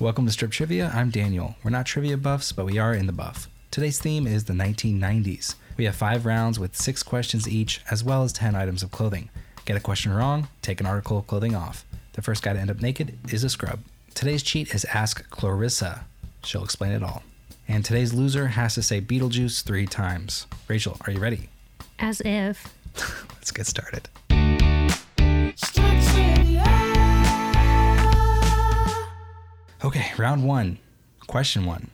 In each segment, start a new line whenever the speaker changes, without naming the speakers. Welcome to Strip Trivia. I'm Daniel. We're not trivia buffs, but we are in the buff. Today's theme is the 1990s. We have five rounds with six questions each, as well as 10 items of clothing. Get a question wrong, take an article of clothing off. The first guy to end up naked is a scrub. Today's cheat is Ask Clarissa. She'll explain it all. And today's loser has to say Beetlejuice three times. Rachel, are you ready?
As if.
Let's get started. Okay, round one. Question one.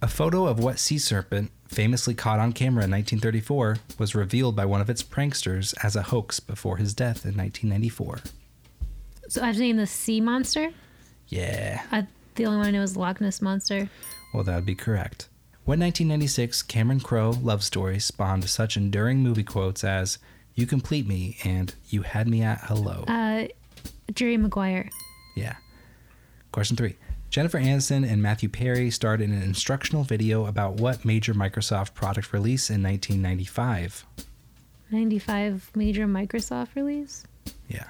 A photo of what sea serpent, famously caught on camera in 1934, was revealed by one of its pranksters as a hoax before his death in 1994?
So I've seen the sea monster.
Yeah,
I, the only one I know is Loch Ness monster.
well, that would be correct. When 1996 Cameron Crowe love story spawned such enduring movie quotes as, You complete me and You had me at hello?
Uh, Jerry Maguire.
Yeah. Question three. Jennifer Aniston and Matthew Perry starred in an instructional video about what major Microsoft product release in 1995?
95 major Microsoft release.
Yeah.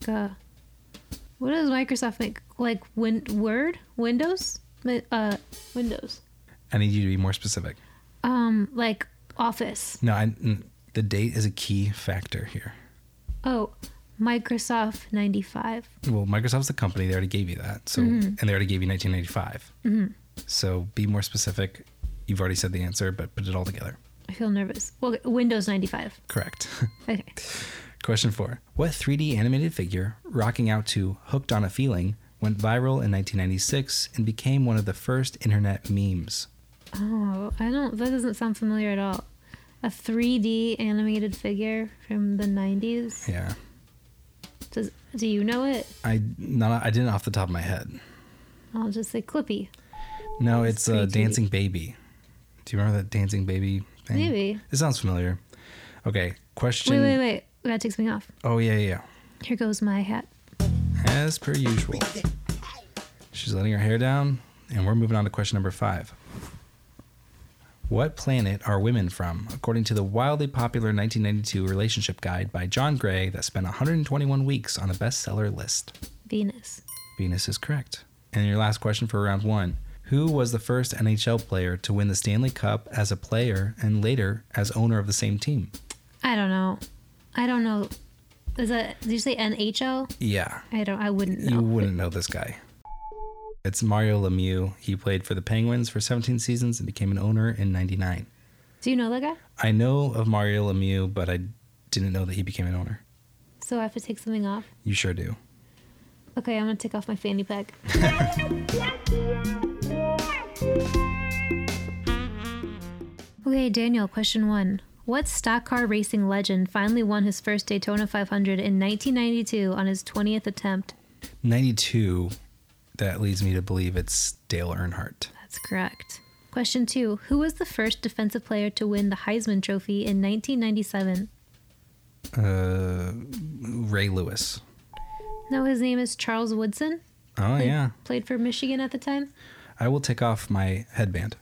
Like uh what does Microsoft make? Like win- Word, Windows, Mi- uh, Windows.
I need you to be more specific.
Um, like Office.
No, I, mm, the date is a key factor here.
Oh, Microsoft 95.
Well, Microsoft's the company. They already gave you that. So, and they already gave you 1995. So be more specific. You've already said the answer, but put it all together.
I feel nervous. Well, Windows 95.
Correct.
Okay.
Question four. What 3D animated figure, rocking out to Hooked on a Feeling, went viral in 1996 and became one of the first internet memes?
Oh, I don't. That doesn't sound familiar at all. A 3D animated figure from the 90s.
Yeah.
Does do you know it?
I not I didn't off the top of my head.
I'll just say Clippy.
No, it's uh,
3D.
Dancing Baby. Do you remember that Dancing Baby thing?
Maybe.
It sounds familiar. Okay, question.
Wait, wait, wait. That takes me off.
Oh, yeah, yeah,
Here goes my hat.
yeah. As per usual. She's letting her hair down, and we're moving on to question number five. What planet are women from, according to the wildly popular 1992 relationship guide by John Gray that spent 121 weeks on a bestseller list?
Venus.
Venus is correct. And your last question for round one Who was the first NHL player to win the Stanley Cup as a player and later as owner of the same team?
I don't know. I don't know. Is that did you say NHL?
Yeah,
I don't. I wouldn't know.
you wouldn't know this guy. It's Mario Lemieux. He played for the Penguins for 17 seasons and became an owner in 99.
Do you know that guy?
I know of Mario Lemieux, but I didn't know that he became an owner.
So I have to take something off.
You sure do.
Okay, I'm gonna take off my fanny pack. Okay, Daniel, question one. What stock car racing legend finally won his first Daytona 500 in 1992 on his 20th attempt?
92, that leads me to believe it's Dale Earnhardt.
That's correct. Question two Who was the first defensive player to win the Heisman Trophy in 1997?
Uh, Ray Lewis.
No, his name is Charles Woodson.
Oh, yeah.
Played for Michigan at the time.
I will take off my headband.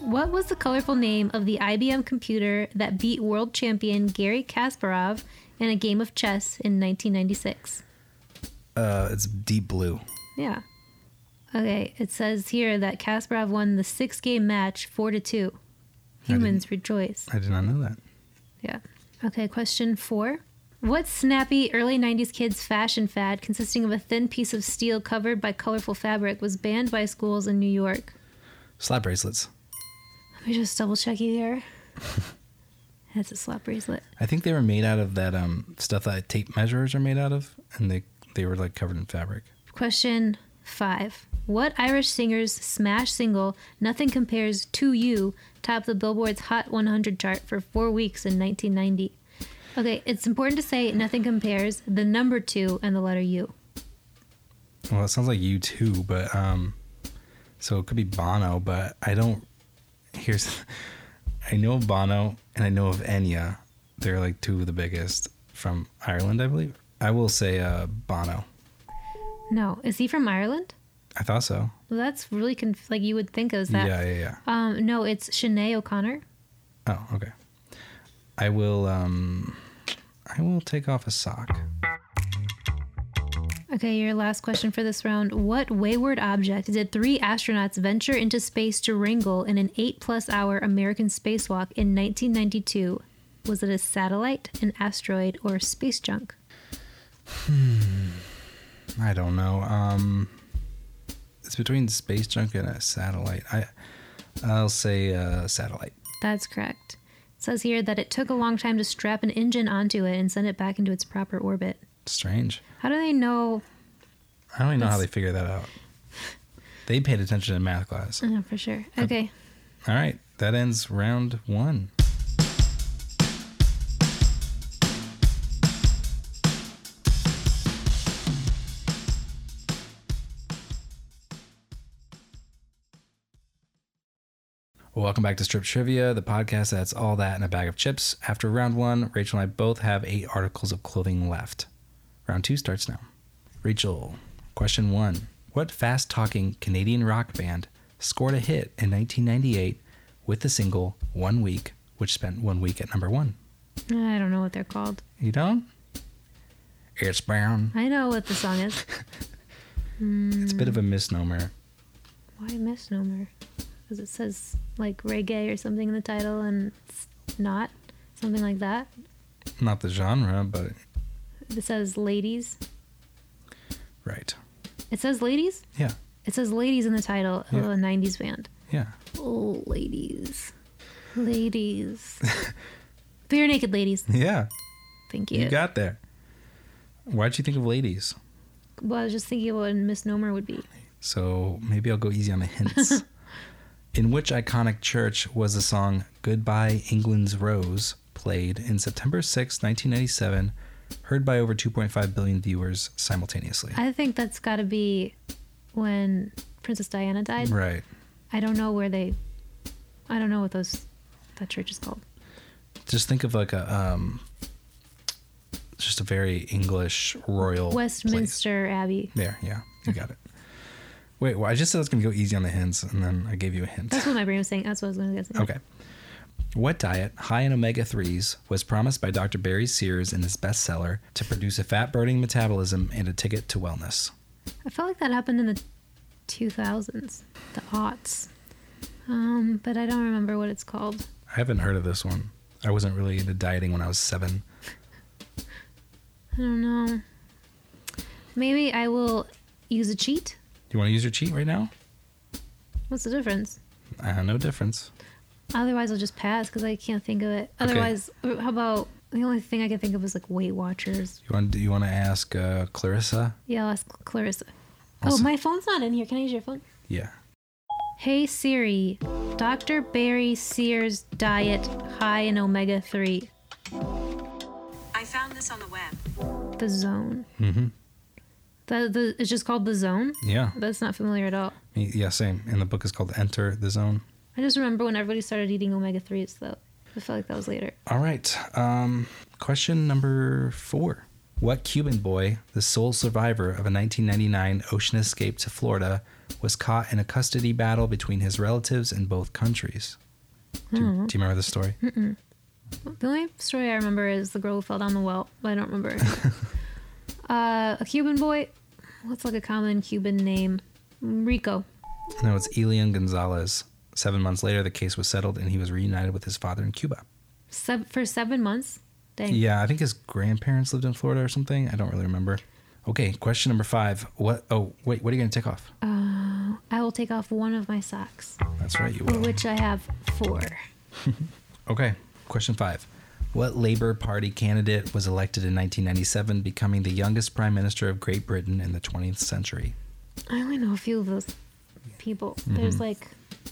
What was the colorful name of the IBM computer that beat world champion Gary Kasparov in a game of chess in 1996?
Uh, it's deep blue.
Yeah. Okay, it says here that Kasparov won the six game match 4 to 2.
didn't-
Humans rejoice.
I did not know that.
Yeah. Okay, question four. What snappy early 90s kids fashion fad consisting of a thin piece of steel covered by colorful fabric was banned by schools in New York?
Slap bracelets.
Let me just double check you here. That's a slap bracelet.
I think they were made out of that um stuff that tape measures are made out of, and they they were like covered in fabric.
Question five. What Irish singer's smash single, Nothing Compares to You, topped the Billboard's Hot 100 chart for four weeks in 1990? Okay, it's important to say Nothing Compares, the number two, and the letter U.
Well, it sounds like you too, but um, so it could be Bono, but I don't. Here's, I know of Bono and I know of Enya. They're like two of the biggest from Ireland, I believe. I will say uh Bono.
No. Is he from Ireland?
I thought so.
Well, that's really conf- like you would think it was that.
Yeah, yeah, yeah.
Um, no, it's Shanae O'Connor.
Oh, okay. I will um I will take off a sock.
Okay, your last question for this round. What wayward object did three astronauts venture into space to wrangle in an eight plus hour American spacewalk in 1992? Was it a satellite, an asteroid, or space junk?
I don't know. Um, it's between space junk and a satellite. I, I'll say uh, satellite.
That's correct. It says here that it took a long time to strap an engine onto it and send it back into its proper orbit.
Strange.
How do they know?
I don't even know how they
That's-
figured that out. They paid attention in math class.
Oh, for sure. Okay.
All right, that ends round one. Welcome back to Strip Trivia, the podcast that's all that in a bag of chips. After round one, Rachel and I both have eight articles of clothing left. Round two starts now. Rachel, question one What fast talking Canadian rock band scored a hit in 1998 with the single One Week, which spent one week at number one?
I don't know what they're called.
You don't? It's brown.
I know what the song is.
It's a bit of a misnomer.
Why misnomer? Because it says like reggae or something in the title and it's not. Something like that.
Not the genre, but
It says ladies.
right.
It says ladies?
Yeah,
It says ladies in the title of
Yeah.
a 90s band.
yeah.
Oh, ladies. Ladies. Bare naked ladies.
Yeah,
Thank you.
you got there. Why'd you think of ladies?
well, I was just thinking what a misnomer would be.
So maybe I'll go easy on the hints. in which iconic church was the song Goodbye England's Rose played in September 6, 1997, heard by over 2.5 billion viewers simultaneously?
I think that's got to be when Princess Diana died.
right.
I don't know where they. I don't know what those that church is called.
Just think of like a um just a very English royal place.
Westminster Abbey.
There, yeah. You got it. Wait, well, I just said I was going to go easy on the hints and then I gave you a hint.
That's what my brain was saying. That's what I was going to guess.
Okay. What diet high in omega 3s was promised by Dr. Barry Sears in his bestseller to produce a fat burning metabolism and a ticket to wellness?
I felt like that happened in the 2000s, the aughts. Um, but I don't remember what it's called.
I haven't heard of this one. I wasn't really into dieting when I was seven.
I don't know. Maybe I will use a cheat.
Do you want to use your cheat right now?
What's the difference?
Uh, no difference.
Otherwise, I'll just pass because I can't think of it. Otherwise, or how about the only thing I can think of is like Weight Watchers.
You want? Do you want to ask uh, Clarissa?
Yeah, I'll ask Clarissa.
Also-
Oh, my phone's not in here. Can I use your phone?
Yeah.
Hey Siri, Dr. Barry Sears diet high in omega 3,
I found this on the web.
the zone.
Mm-hmm.
The, the, it's just called the zone?
Yeah.
That's not familiar at all.
Y- Yeah. Same. And the book is called Enter the Zone.
I just remember when everybody started eating omega 3s, though. I felt like that was later.
All right. Um, question number four. What Cuban boy, the sole survivor of a 1999 ocean escape to Florida, was caught in a custody battle between his relatives in both countries? Do, do you remember the story?
The only story I remember is the girl who fell down the well, but I don't remember. uh, a Cuban boy. What's like a common Cuban name? Rico.
No, it's Elian Gonzalez. Seven months later, the case was settled and he was reunited with his father in Cuba.
Sev for seven months. Dang.
Yeah, I think his grandparents lived in Florida or something. I don't really remember. Okay, question number five. What? Oh, wait, what are you going to take off?
I will take off one of my socks,
That's right, you
for
will.
which I have four.
Okay, question five. What Labour Party candidate was elected in 1997, becoming the youngest Prime Minister of Great Britain in the 20th century?
I only know a few of those people. There's
Mm-hmm.
like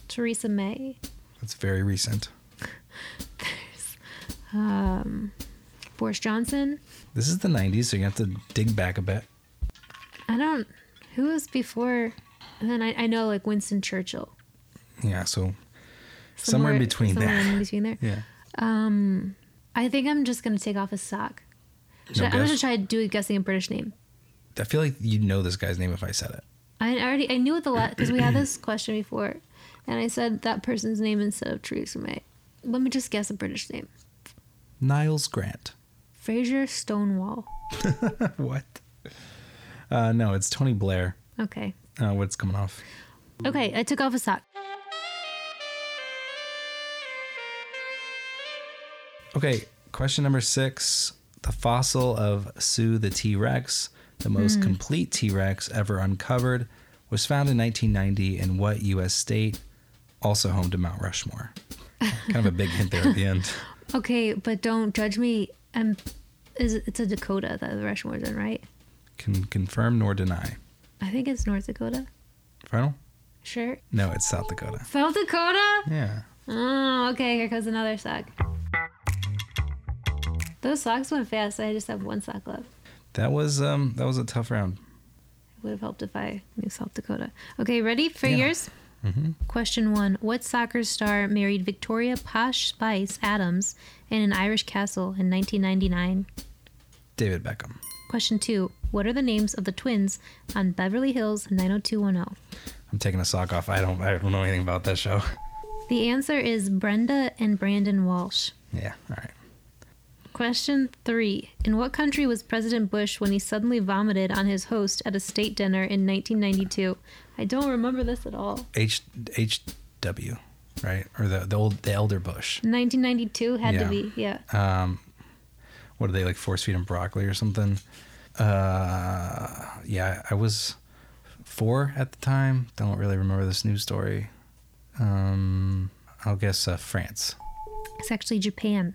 Theresa May.
That's very recent.
Um, Boris Johnson.
This is the 90s, so you have to dig back a bit.
I don't. Who was before? And then I, I know like Winston Churchill.
Yeah, so somewhere, in between
somewhere
there.
in between there.
Yeah.
I think I'm just gonna take off his sock. Should
No
I, I'm gonna
guess?
try do guessing a British name.
I feel like you'd know this guy's name if I said it.
I already I knew what the last because we had this question before, and I said that person's name instead of Theresa May. Let me just guess a British name:
Niles Grant.
Fraser Stonewall.
what? Uh, no, it's Tony Blair.
Okay.
Uh, what's coming off?
Okay, I took off a sock.
Okay, question number six. The fossil of Sue the T Rex, the most complete T Rex ever uncovered, was found in 1990 in what U.S. state, also home to Mount Rushmore? kind of a big hint there at the end.
Okay, but don't judge me. Um, is it's a Dakota that the Rushmore's in, right?
Can confirm nor deny.
I think it's North Dakota.
Final?
Sure.
No, it's South Dakota.
South Dakota?
Yeah.
Oh, okay. Here comes another sock. Those socks went fast. I just have one sock left.
That was um that was a tough round.
It would have helped if I knew South Dakota. Okay, ready for
Yeah.
yours? Question one What soccer star married Victoria Posh Spice Adams in an Irish castle in 1999?
David Beckham.
Question two What are the names of the twins on Beverly Hills 90210?
I'm taking a sock off. I don't I don't know anything about that show.
The answer is Brenda and Brandon Walsh.
Yeah, all right.
Question three In what country was President Bush when he suddenly vomited on his host at a state dinner in 1992? I don't remember this at all.
H H W, right? Or the the old the elder bush.
1992 had
Yeah.
to be, yeah.
Um what are they like force feed and broccoli or something? Uh yeah, I was four at the time. Don't really remember this news story. Um I'll guess uh, France.
It's actually Japan.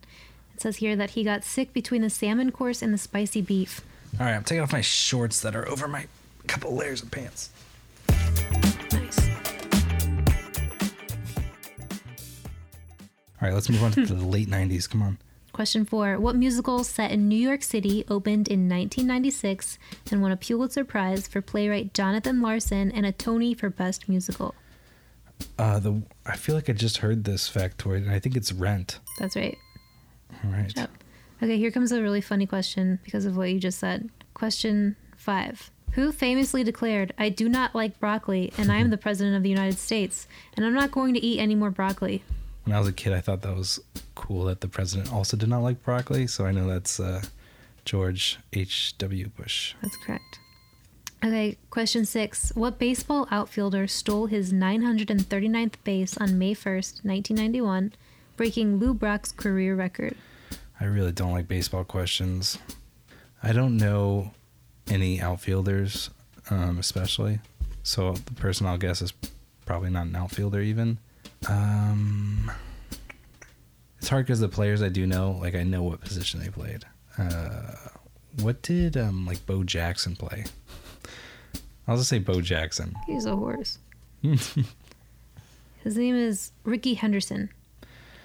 It says here that he got sick between the salmon course and the spicy beef.
All right, I'm taking off my shorts that are over my couple layers of pants.
Nice.
All right, let's move on to the late 90s. Come on.
Question four What musical set in New York City opened in 1996 and won a Pulitzer Prize for playwright Jonathan Larson and a Tony for Best Musical?
Uh, the I feel like I just heard this factoid, and I think it's Rent.
That's right.
All right.
Yep. Okay, here comes a really funny question because of what you just said. Question five. Who famously declared, I do not like broccoli, and I am the President of the United States, and I'm not going to eat any more broccoli?
When I was a kid, I thought that was cool that the president also did not like broccoli. So I know that's uh, George H. W. Bush.
That's correct. Okay, question six. What baseball outfielder stole his 939th base on May 1st, 1991, breaking Lou Brock's career record?
I really don't like baseball questions. I don't know any outfielders, um, especially. So the person I'll guess is probably not an outfielder, even. Um, it's hard because the players I do know, like I know what position they played. Uh, what did um, like Bo Jackson play? I'll just say Bo Jackson.
He's a horse. his name is Ricky Henderson.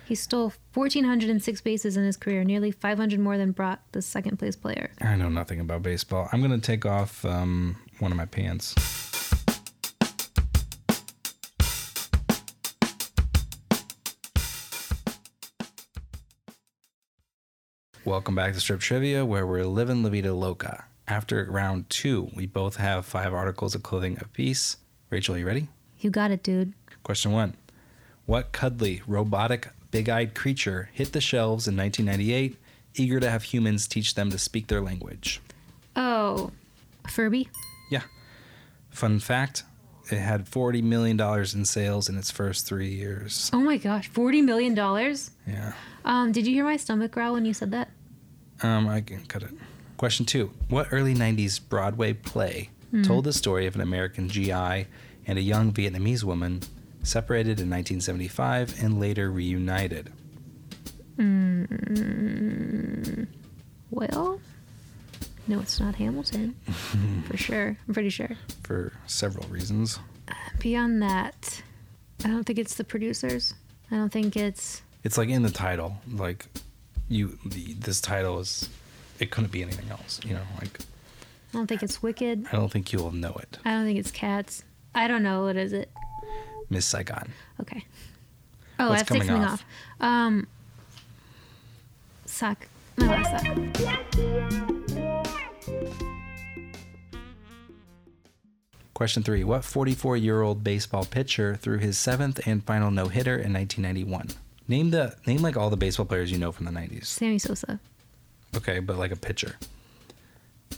He stole 1,406 bases in his career, nearly 500 more than Brock, the second place player.
I know nothing about baseball. I'm gonna take off um, one of my pants. Welcome back to Strip Trivia, where we're living La Vida Loca. After round two, we both have five articles of clothing apiece. Rachel, you ready?
You got it, dude.
Question one What cuddly, robotic, big eyed creature hit the shelves in 1998, eager to have humans teach them to speak their language?
Oh, Furby?
Yeah. Fun fact it had $40 million in sales in its first three years.
Oh my gosh, $40 million?
Yeah.
Um, did you hear my stomach growl when you said that?
Um, I can cut it. Question two What early 90s Broadway play told the story of an American GI and a young Vietnamese woman separated in 1975 and later reunited?
Well, no, it's not Hamilton. for sure. I'm pretty sure.
For several reasons.
Beyond that, I don't think it's the producers. I don't think it's.
It's like in the title, like you, the, this title is, it couldn't be anything else. You know, like
I don't think it's Wicked.
I don't think you'll know it,
I don't think it's Cats. I don't know. What is it?
Miss Saigon.
Okay. Oh,
What's
I have to take
coming off?
something off. Um. Sock. My last sock.
Question three What 44 year old baseball pitcher threw his seventh and final no hitter in 1991? Name the name like all the baseball players you know from the 90s.
Sammy Sosa.
Okay, but like a pitcher.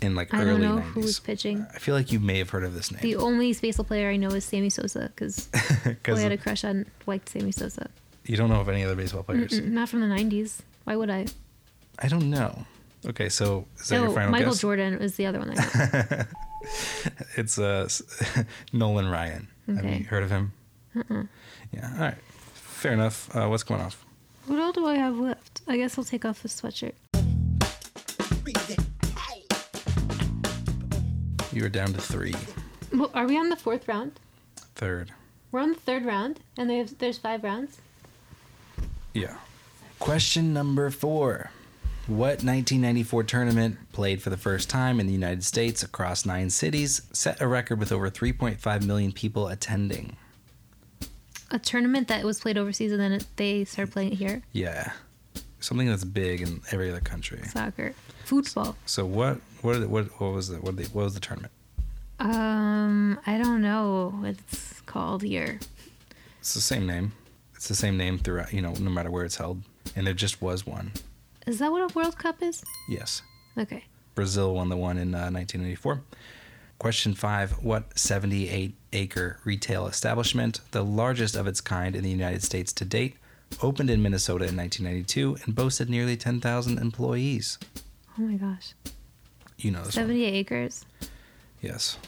in like
I don't
early
know
90s.
who was pitching.
I feel like you may have heard of this
The
name
only Spacel player I know is Sammy Sosa because I
because
had a crush on liked Sammy Sosa.
you don't know of any other baseball players.
Mm, Not from the '90s. Why would I?
I don't know. Okay, so is that your
No,
final
Michael
guess?
Jordan was the other one. I know.
It's uh, Nolan Ryan. Have
Okay. Uh-uh.
you heard of him? Yeah. All right. Fair enough. Uh, what's going off?
what all do I have left? I guess I'll take off the sweatshirt.
You are down to three,
Well, are we on the fourth round?
third.
We're on the third round, and there's there's five rounds.
Yeah. Question number four. What 1994 tournament played for the first time in the United States across nine cities set a record with over 3.5 million people attending?
A tournament that was played overseas, and then it, they started playing it here.
Yeah. Something that's big in every other country.
Soccer, football.
So what what are the- what what was the what, are the, what was the tournament?
Um, I don't know what it's called here.
It's the same name. It's the same name throughout, you know, no matter where it's held. And there just was one.
Is that what a World Cup is?
Yes.
Okay.
Brazil won the one in uh, 1984. Question five What 78 acre retail establishment, the largest of its kind in the United States to date, opened in Minnesota in 1992 and boasted nearly 10,000 employees?
Oh my gosh.
You know this one.
78 acres.
Yes,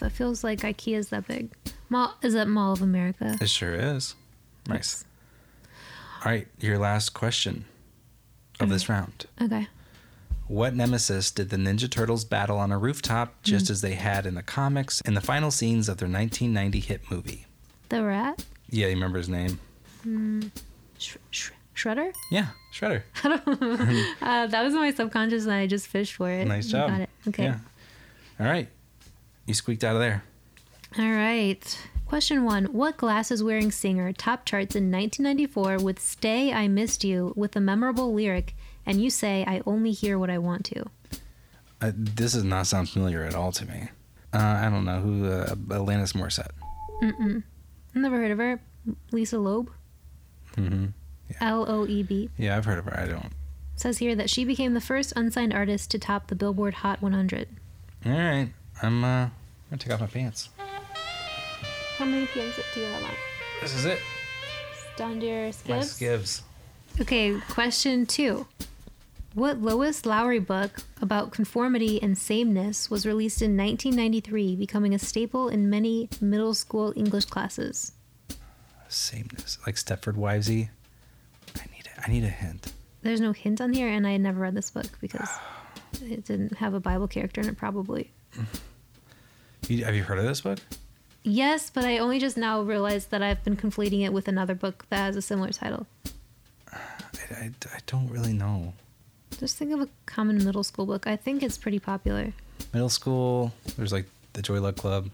That feels like IKEA's that big. Mall is that Mall of America?
it sure is. Nice. All right, your last question of this round.
Okay.
What nemesis did the Ninja Turtles battle on a rooftop just as they had in the comics in the final scenes of their 1990 hit movie?
The rat?
Yeah, you remember his name?
Sh- sh- shredder?
Yeah, Shredder.
Uh, that was in my subconscious and I just fished for it.
Nice
I
job.
Got it. Okay.
Yeah. All right. You squeaked out of there.
All right. Question one What glasses wearing singer top charts in 1994 with Stay I Missed You with a memorable lyric, and you say, I only hear what I want to?
Uh, this does not sound familiar at all to me. Uh, I don't know who uh, Alanis Morissette.
Never heard of her. Lisa Loeb?
Mhm.
L O E B.
Yeah, I've heard of her. I don't.
Says here that she became the first unsigned artist to top the Billboard Hot 100.
All right. I'm uh, gonna take off my pants.
How many PMs do you have on?
This is it.
Down to your
My
skips?
skivs.
Okay, question two. What Lois Lowry book about conformity and sameness was released in 1993, becoming a staple in many middle school English classes?
Sameness. Like Stepford Wivesy. I need. A, I need a hint.
There's no hint on here, and I had never read this book because it didn't have a Bible character in it, probably.
You, have you heard of this book?
Yes, but I only just now realized that I've been conflating it with another book that has a similar title.
I, I, I don't really know.
Just think of a common middle school book. I think it's pretty popular.
Middle school. There's like the Joy Luck Club.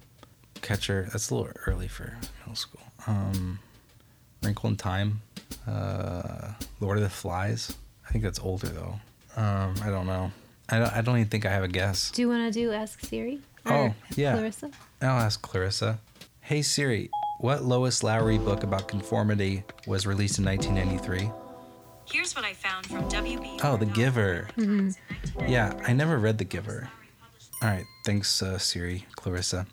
Catcher. That's a little early for middle school. Um, Wrinkle in Time. Uh, Lord of the Flies. I think that's older though. Um, I don't know. I don't, I don't even think I have a guess.
Do you want to do Ask Siri?
Oh, yeah.
Clarissa?
I'll ask Clarissa. Hey Siri, what Lois Lowry book about conformity was released in 1993?
Here's what I found from WB.
Oh, The Giver. Yeah, I never read The Giver. All right, thanks uh, Siri, Clarissa.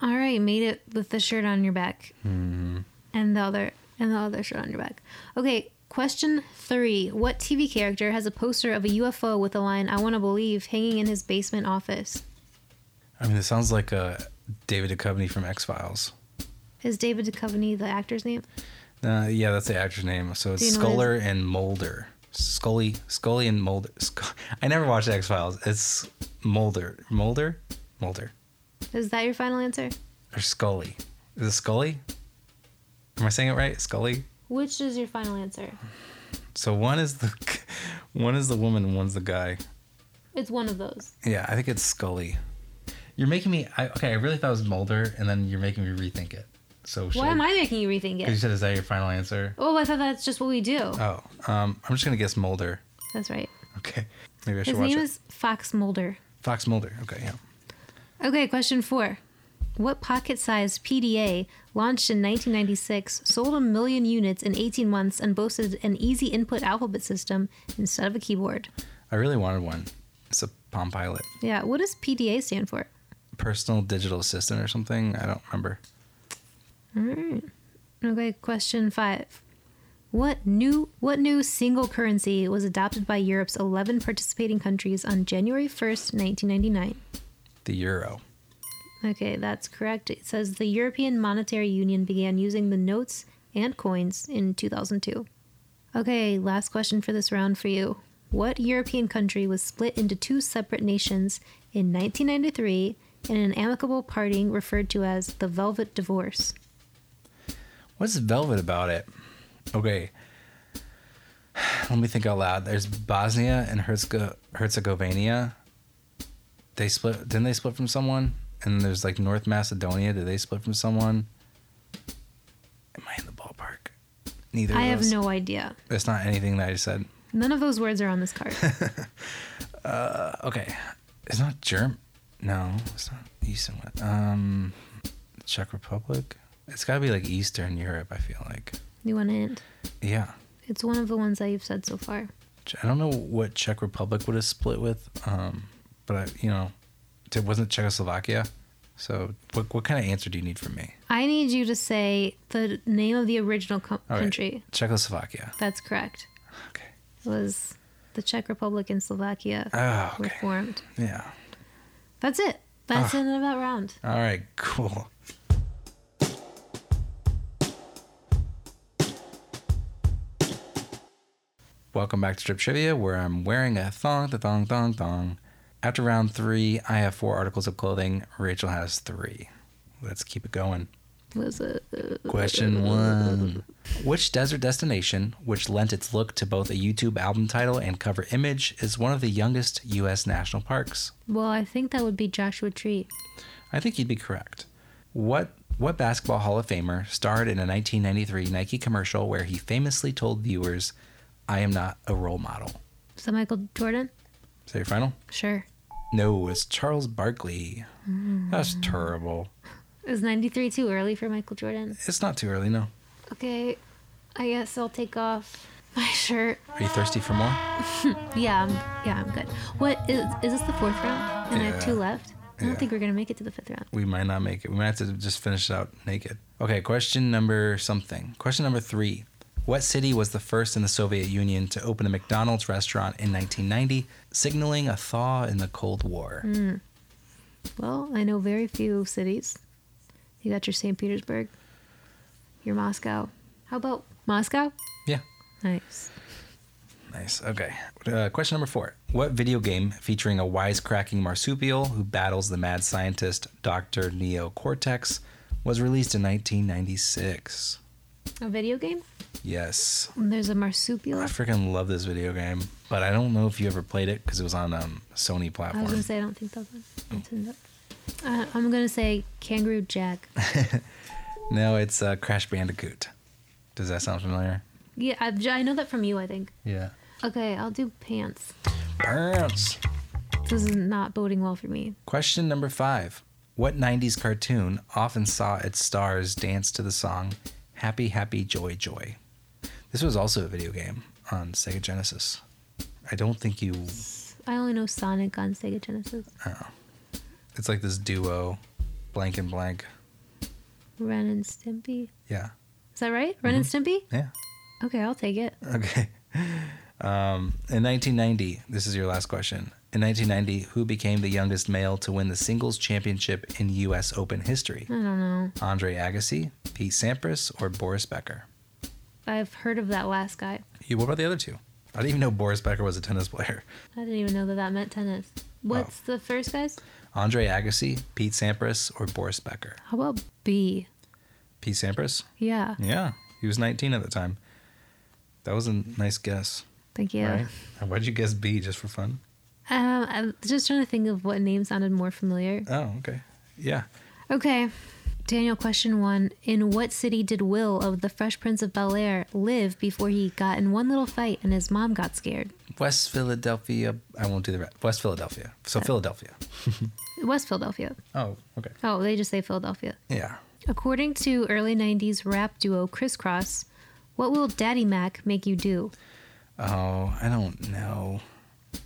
All right, made it with the shirt on your back,
Mm-hmm.
and the other and the other shirt on your back. Okay, question three: What TV character has a poster of a UFO with the line "I want to believe" hanging in his basement office?
I mean, it sounds like uh, David Duchovny from X Files.
Is David Duchovny the actor's name?
Uh, yeah, that's the actor's name. So it's
Do you know what
Sculler and Mulder. Scully, Scully and Mulder. Sc- I never watched X Files. It's Mulder, Mulder, Mulder,
Is that your final answer?
or Scully. Is it Scully? Am I saying it right? Scully.
Which is your final answer?
So one is the, one is the woman, and one's the guy.
It's one of those.
Yeah, I think it's Scully. You're making me. I, okay, I really thought it was Mulder, and then you're making me rethink it. So
Why am I making you rethink
Because you
it?
said, "Is that your final answer?"
Oh, I thought that's just what we do.
Oh, um, I'm just gonna guess Mulder.
That's right.
Okay, maybe I should
His
watch
name
it.
is Fox Mulder.
Fox Mulder. Okay, yeah.
Okay, question four. What pocket sized PDA, launched in 1996, sold a million units in 18 months and boasted an easy input alphabet system instead of a keyboard?
I really wanted one. It's a Palm Pilot,
Yeah. What does PDA stand for?
personal digital assistant or something. I don't remember.
All right. Hmm. Okay. Question five. What new what new single currency was adopted by Europe's 11 participating countries on January 1st, 1999?
The euro.
Okay, that's correct. It says the European Monetary Union began using the notes and coins in 2002. Okay, last question for this round for you. What European country was split into two separate nations in 1993 in an amicable parting referred to as the Velvet Divorce?
What's velvet about it? Okay. Let me think out loud. There's Bosnia and Herzeg- Herzegovina. They split. Didn't they split from someone? And there's like North Macedonia. Did they split from someone? Am I in the ballpark? Neither.
I
of
have
those.
no idea.
It's not anything that I just said.
None of those words are on this card.
Okay. It's not Germ. No, it's not Eastern. Um, Czech Republic. It's got to be like Eastern Europe. I feel like.
you want to hint?
Yeah.
It's one of the ones that you've said so far.
I don't know what Czech Republic would have split with, um, but I, you know, it wasn't Czechoslovakia. So, what, what kind of answer do you need from me?
I need you to say the name of the original co-
All right.
country.
Czechoslovakia.
That's correct.
Okay.
was the Czech Republic and Slovakia
Oh,
were
okay. Ah.
formed.
Yeah.
That's it. That's the end of that round.
All right. Cool. Welcome back to Trip Trivia, where I'm wearing a thong, the thong, thong, thong. After round three, I have four articles of clothing. Rachel has three. Let's keep it going.
Was it?
Question one. Which desert destination, which lent its look to both a YouTube album title and cover image, is one of the youngest U.S. national parks?
Well, I think that would be Joshua Tree.
I think you'd be correct. What what basketball Hall of Famer starred in a 1993 Nike commercial where he famously told viewers, "I am not a role model."
Is that Michael Jordan?
Is that your final?
Sure.
No, it's Charles Barkley. That's terrible.
Is 93 too early for Michael Jordan?
It's not too early, no.
Okay, I guess I'll take off my shirt.
Are you thirsty for more?
Yeah, I'm, yeah, I'm good. What is, is this the fourth round? And I have
Yeah.
two left? I don't
Yeah.
think we're going to make it to the fifth round.
we might not make it. We might have to just finish it out naked. Okay, question number something. Question number three. What city was the first in the Soviet Union to open a McDonald's restaurant in 1990, signaling a thaw in the Cold War?
Well, I know very few cities. You got your St. Petersburg, your Moscow. How about Moscow?
Yeah,
Nice.
nice. Okay. Uh, question number four. What video game featuring a wisecracking marsupial who battles the mad scientist Dr. Neo Cortex was released in 1996?
A video game?
Yes.
There's a marsupial.
I
I
freaking love this video game, but I don't know if you ever played it because it was on um, Sony platform.
was gonna say I don't think that one. Nintendo.
Oh.
Uh, I'm gonna say Kangaroo Jack.
No, it's uh, Crash Bandicoot. Does that sound familiar?
yeah, I, I know that from you. I think.
Yeah.
Okay, I'll do pants.
Bounce.
This is not boding well for me.
Question number five. What 90s cartoon often saw its stars dance to the song Happy, Happy, Joy, Joy? This was also a video game on Sega Genesis. I don't think you.
I only know Sonic on Sega Genesis.
It's like this duo, blank and blank.
Ren and Stimpy.
Yeah.
Is that right? Ren and Stimpy.
Mm-hmm. Yeah.
Okay, I'll take it.
Okay. Um, in 1990, this is your last question. In 1990, who became the youngest male to win the singles championship in U.S. Open history?
I don't know.
Andre Agassi, Pete Sampras, or Boris Becker?
I've heard of that last guy.
You, what about the other two? I didn't even know Boris Becker was a tennis player.
I didn't even know that that meant tennis. What's
Oh.
the first guys?
Andre Agassi, Pete Sampras, or Boris Becker?
How about B?
Pete Sampras?
Yeah.
Yeah, he was 19 at the time. That was a nice guess.
Thank you.
Right? And why'd you guess B just for fun?
Um, I'm just trying to think of what name sounded more familiar.
Oh, okay. Yeah.
Okay. Daniel, question one. In what city did Will of the Fresh Prince of Bel Air live before he got in one little fight and his mom got scared?
West Philadelphia. I won't do the rest. West Philadelphia. So Philadelphia.
It was Philadelphia.
Oh, okay.
Oh, they just say Philadelphia.
Yeah.
According to early 90s rap duo Crisscross, what will Daddy Mac make you do?
Oh, I don't know.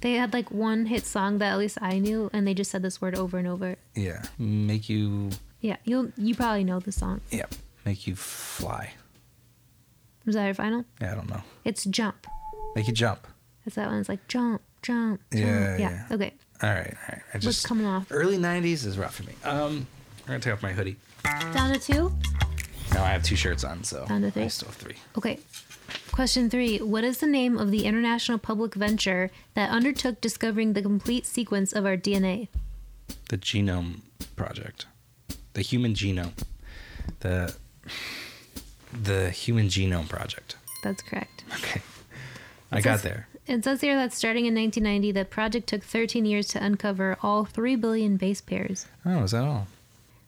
They had like one hit song that at least I knew, and they just said this word over and over.
Yeah. Make you.
Yeah, you'll you probably know the song.
Yeah. Make you fly.
Is that your final?
Yeah, I don't know.
It's jump.
Make you jump.
That's that one. It's like jump, jump, jump.
Yeah, yeah.
Okay.
All right. All right. I
What's
just.
coming off?
Early 90s is rough for me. Um, I'm going to take off my hoodie.
Down to two.
Now I have two shirts on, so.
Down to three.
I still have three.
Okay. Question three What is the name of the international public venture that undertook discovering the complete sequence of our DNA?
The Genome Project. The Human Genome. The. The Human Genome Project.
That's correct.
Okay. I got
says-
there.
It says here that starting in 1990, the project took 13 years to uncover all 3 billion base pairs.
Oh, is that all?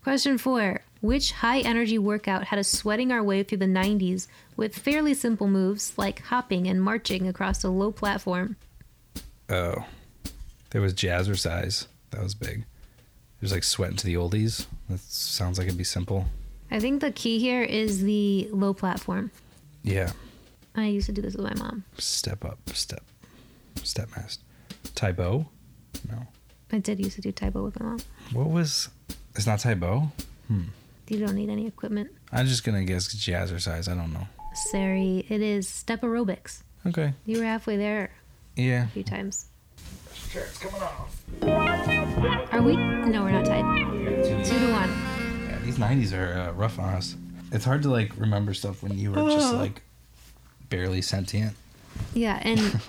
Question four Which high energy workout had us sweating our way through the 90s with fairly simple moves like hopping and marching across a low platform?
Oh. There was Jazzercise. That was big. There's like Sweat into the Oldies. That sounds like it'd be simple.
I think the key here is the low platform.
Yeah.
I used to do this with my mom.
Step up, step, step mast. Tybo? No.
I did used to do Taibo with my mom.
What was? It's not Tybo.
You don't need any equipment.
I'm just gonna guess Jazzercise. I don't know.
Sari, it is step aerobics.
Okay.
You were halfway there
Yeah.
a few times. Are we? No, we're not tied. Two to one.
Yeah, these '90s are uh, rough on us. It's hard to like remember stuff when you were just like barely sentient.
Yeah, and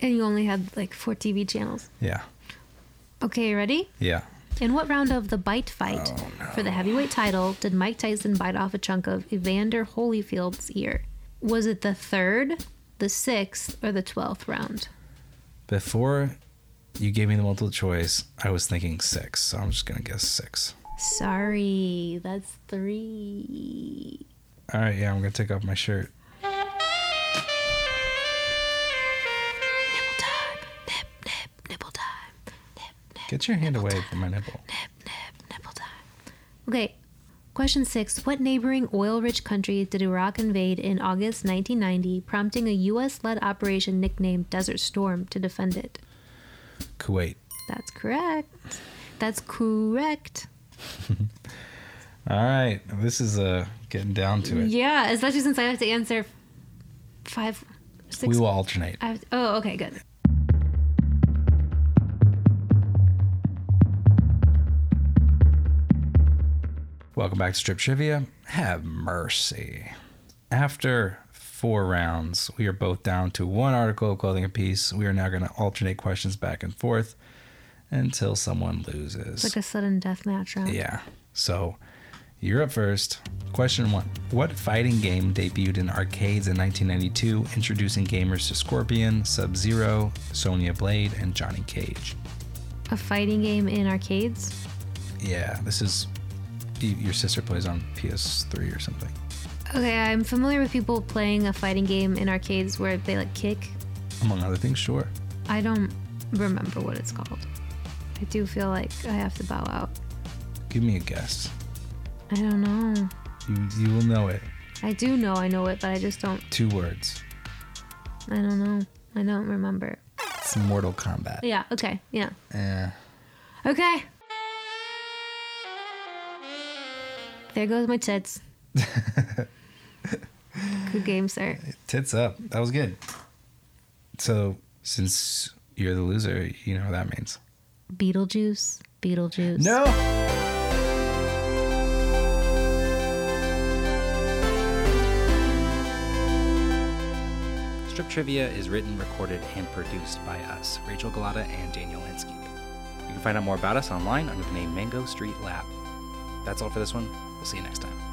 and you only had like four TV channels.
Yeah.
Okay, ready?
Yeah.
In what round of the bite fight for the heavyweight title did Mike Tyson bite off a chunk of Evander Holyfield's ear? Was it the third, the sixth, or the twelfth round?
Before you gave me the multiple choice, I was thinking six, so I'm just gonna guess six.
Sorry, that's three.
All right. Yeah, I'm gonna take off my shirt.
Nipple time. Nip, nip, nipple time. Nip, nip,
Get your hand away from my nipple.
nip, nip, nipple time. Okay. Question six. What neighboring oil rich country did Iraq invade in August 1990, prompting a U.S. led operation nicknamed Desert Storm to defend it?
Kuwait.
That's correct. That's correct.
All right. This is uh getting down to it.
Yeah, especially since I have to answer five, six.
We will alternate.
I have, oh, okay, good.
Welcome back to Strip Trivia. Have mercy. After four rounds, we are both down to one article of clothing apiece. We are now going to alternate questions back and forth until someone loses.
It's like a sudden death match round.
yeah. So you're up first. Question one What fighting game debuted in arcades in 1992, introducing gamers to Scorpion, Sub Zero, Sonya Blade, and Johnny Cage?
A fighting game in arcades.
Yeah, this is. y- Your sister plays on PS3 or something.
Okay, I'm familiar with people playing a fighting game in arcades where they like kick.
Among other things, sure.
I don't remember what it's called. I do feel like I have to bow out.
Give me a guess.
I don't know.
You, you will know it.
I do know I know it, but I just don't.
Two words.
I don't know. I don't remember.
It's Mortal Kombat.
Yeah, okay, yeah.
Eh.
Okay. There goes my tits. Good game, sir.
Tits up. That was good. So, since you're the loser, you know what that means.
Beetlejuice. Beetlejuice.
Strip Trivia is written, recorded, and produced by us, Rachel Galata and Daniel Henskeep. You can find out more about us online under the name Mango Street Lab. That's all for this one. We'll see you next time.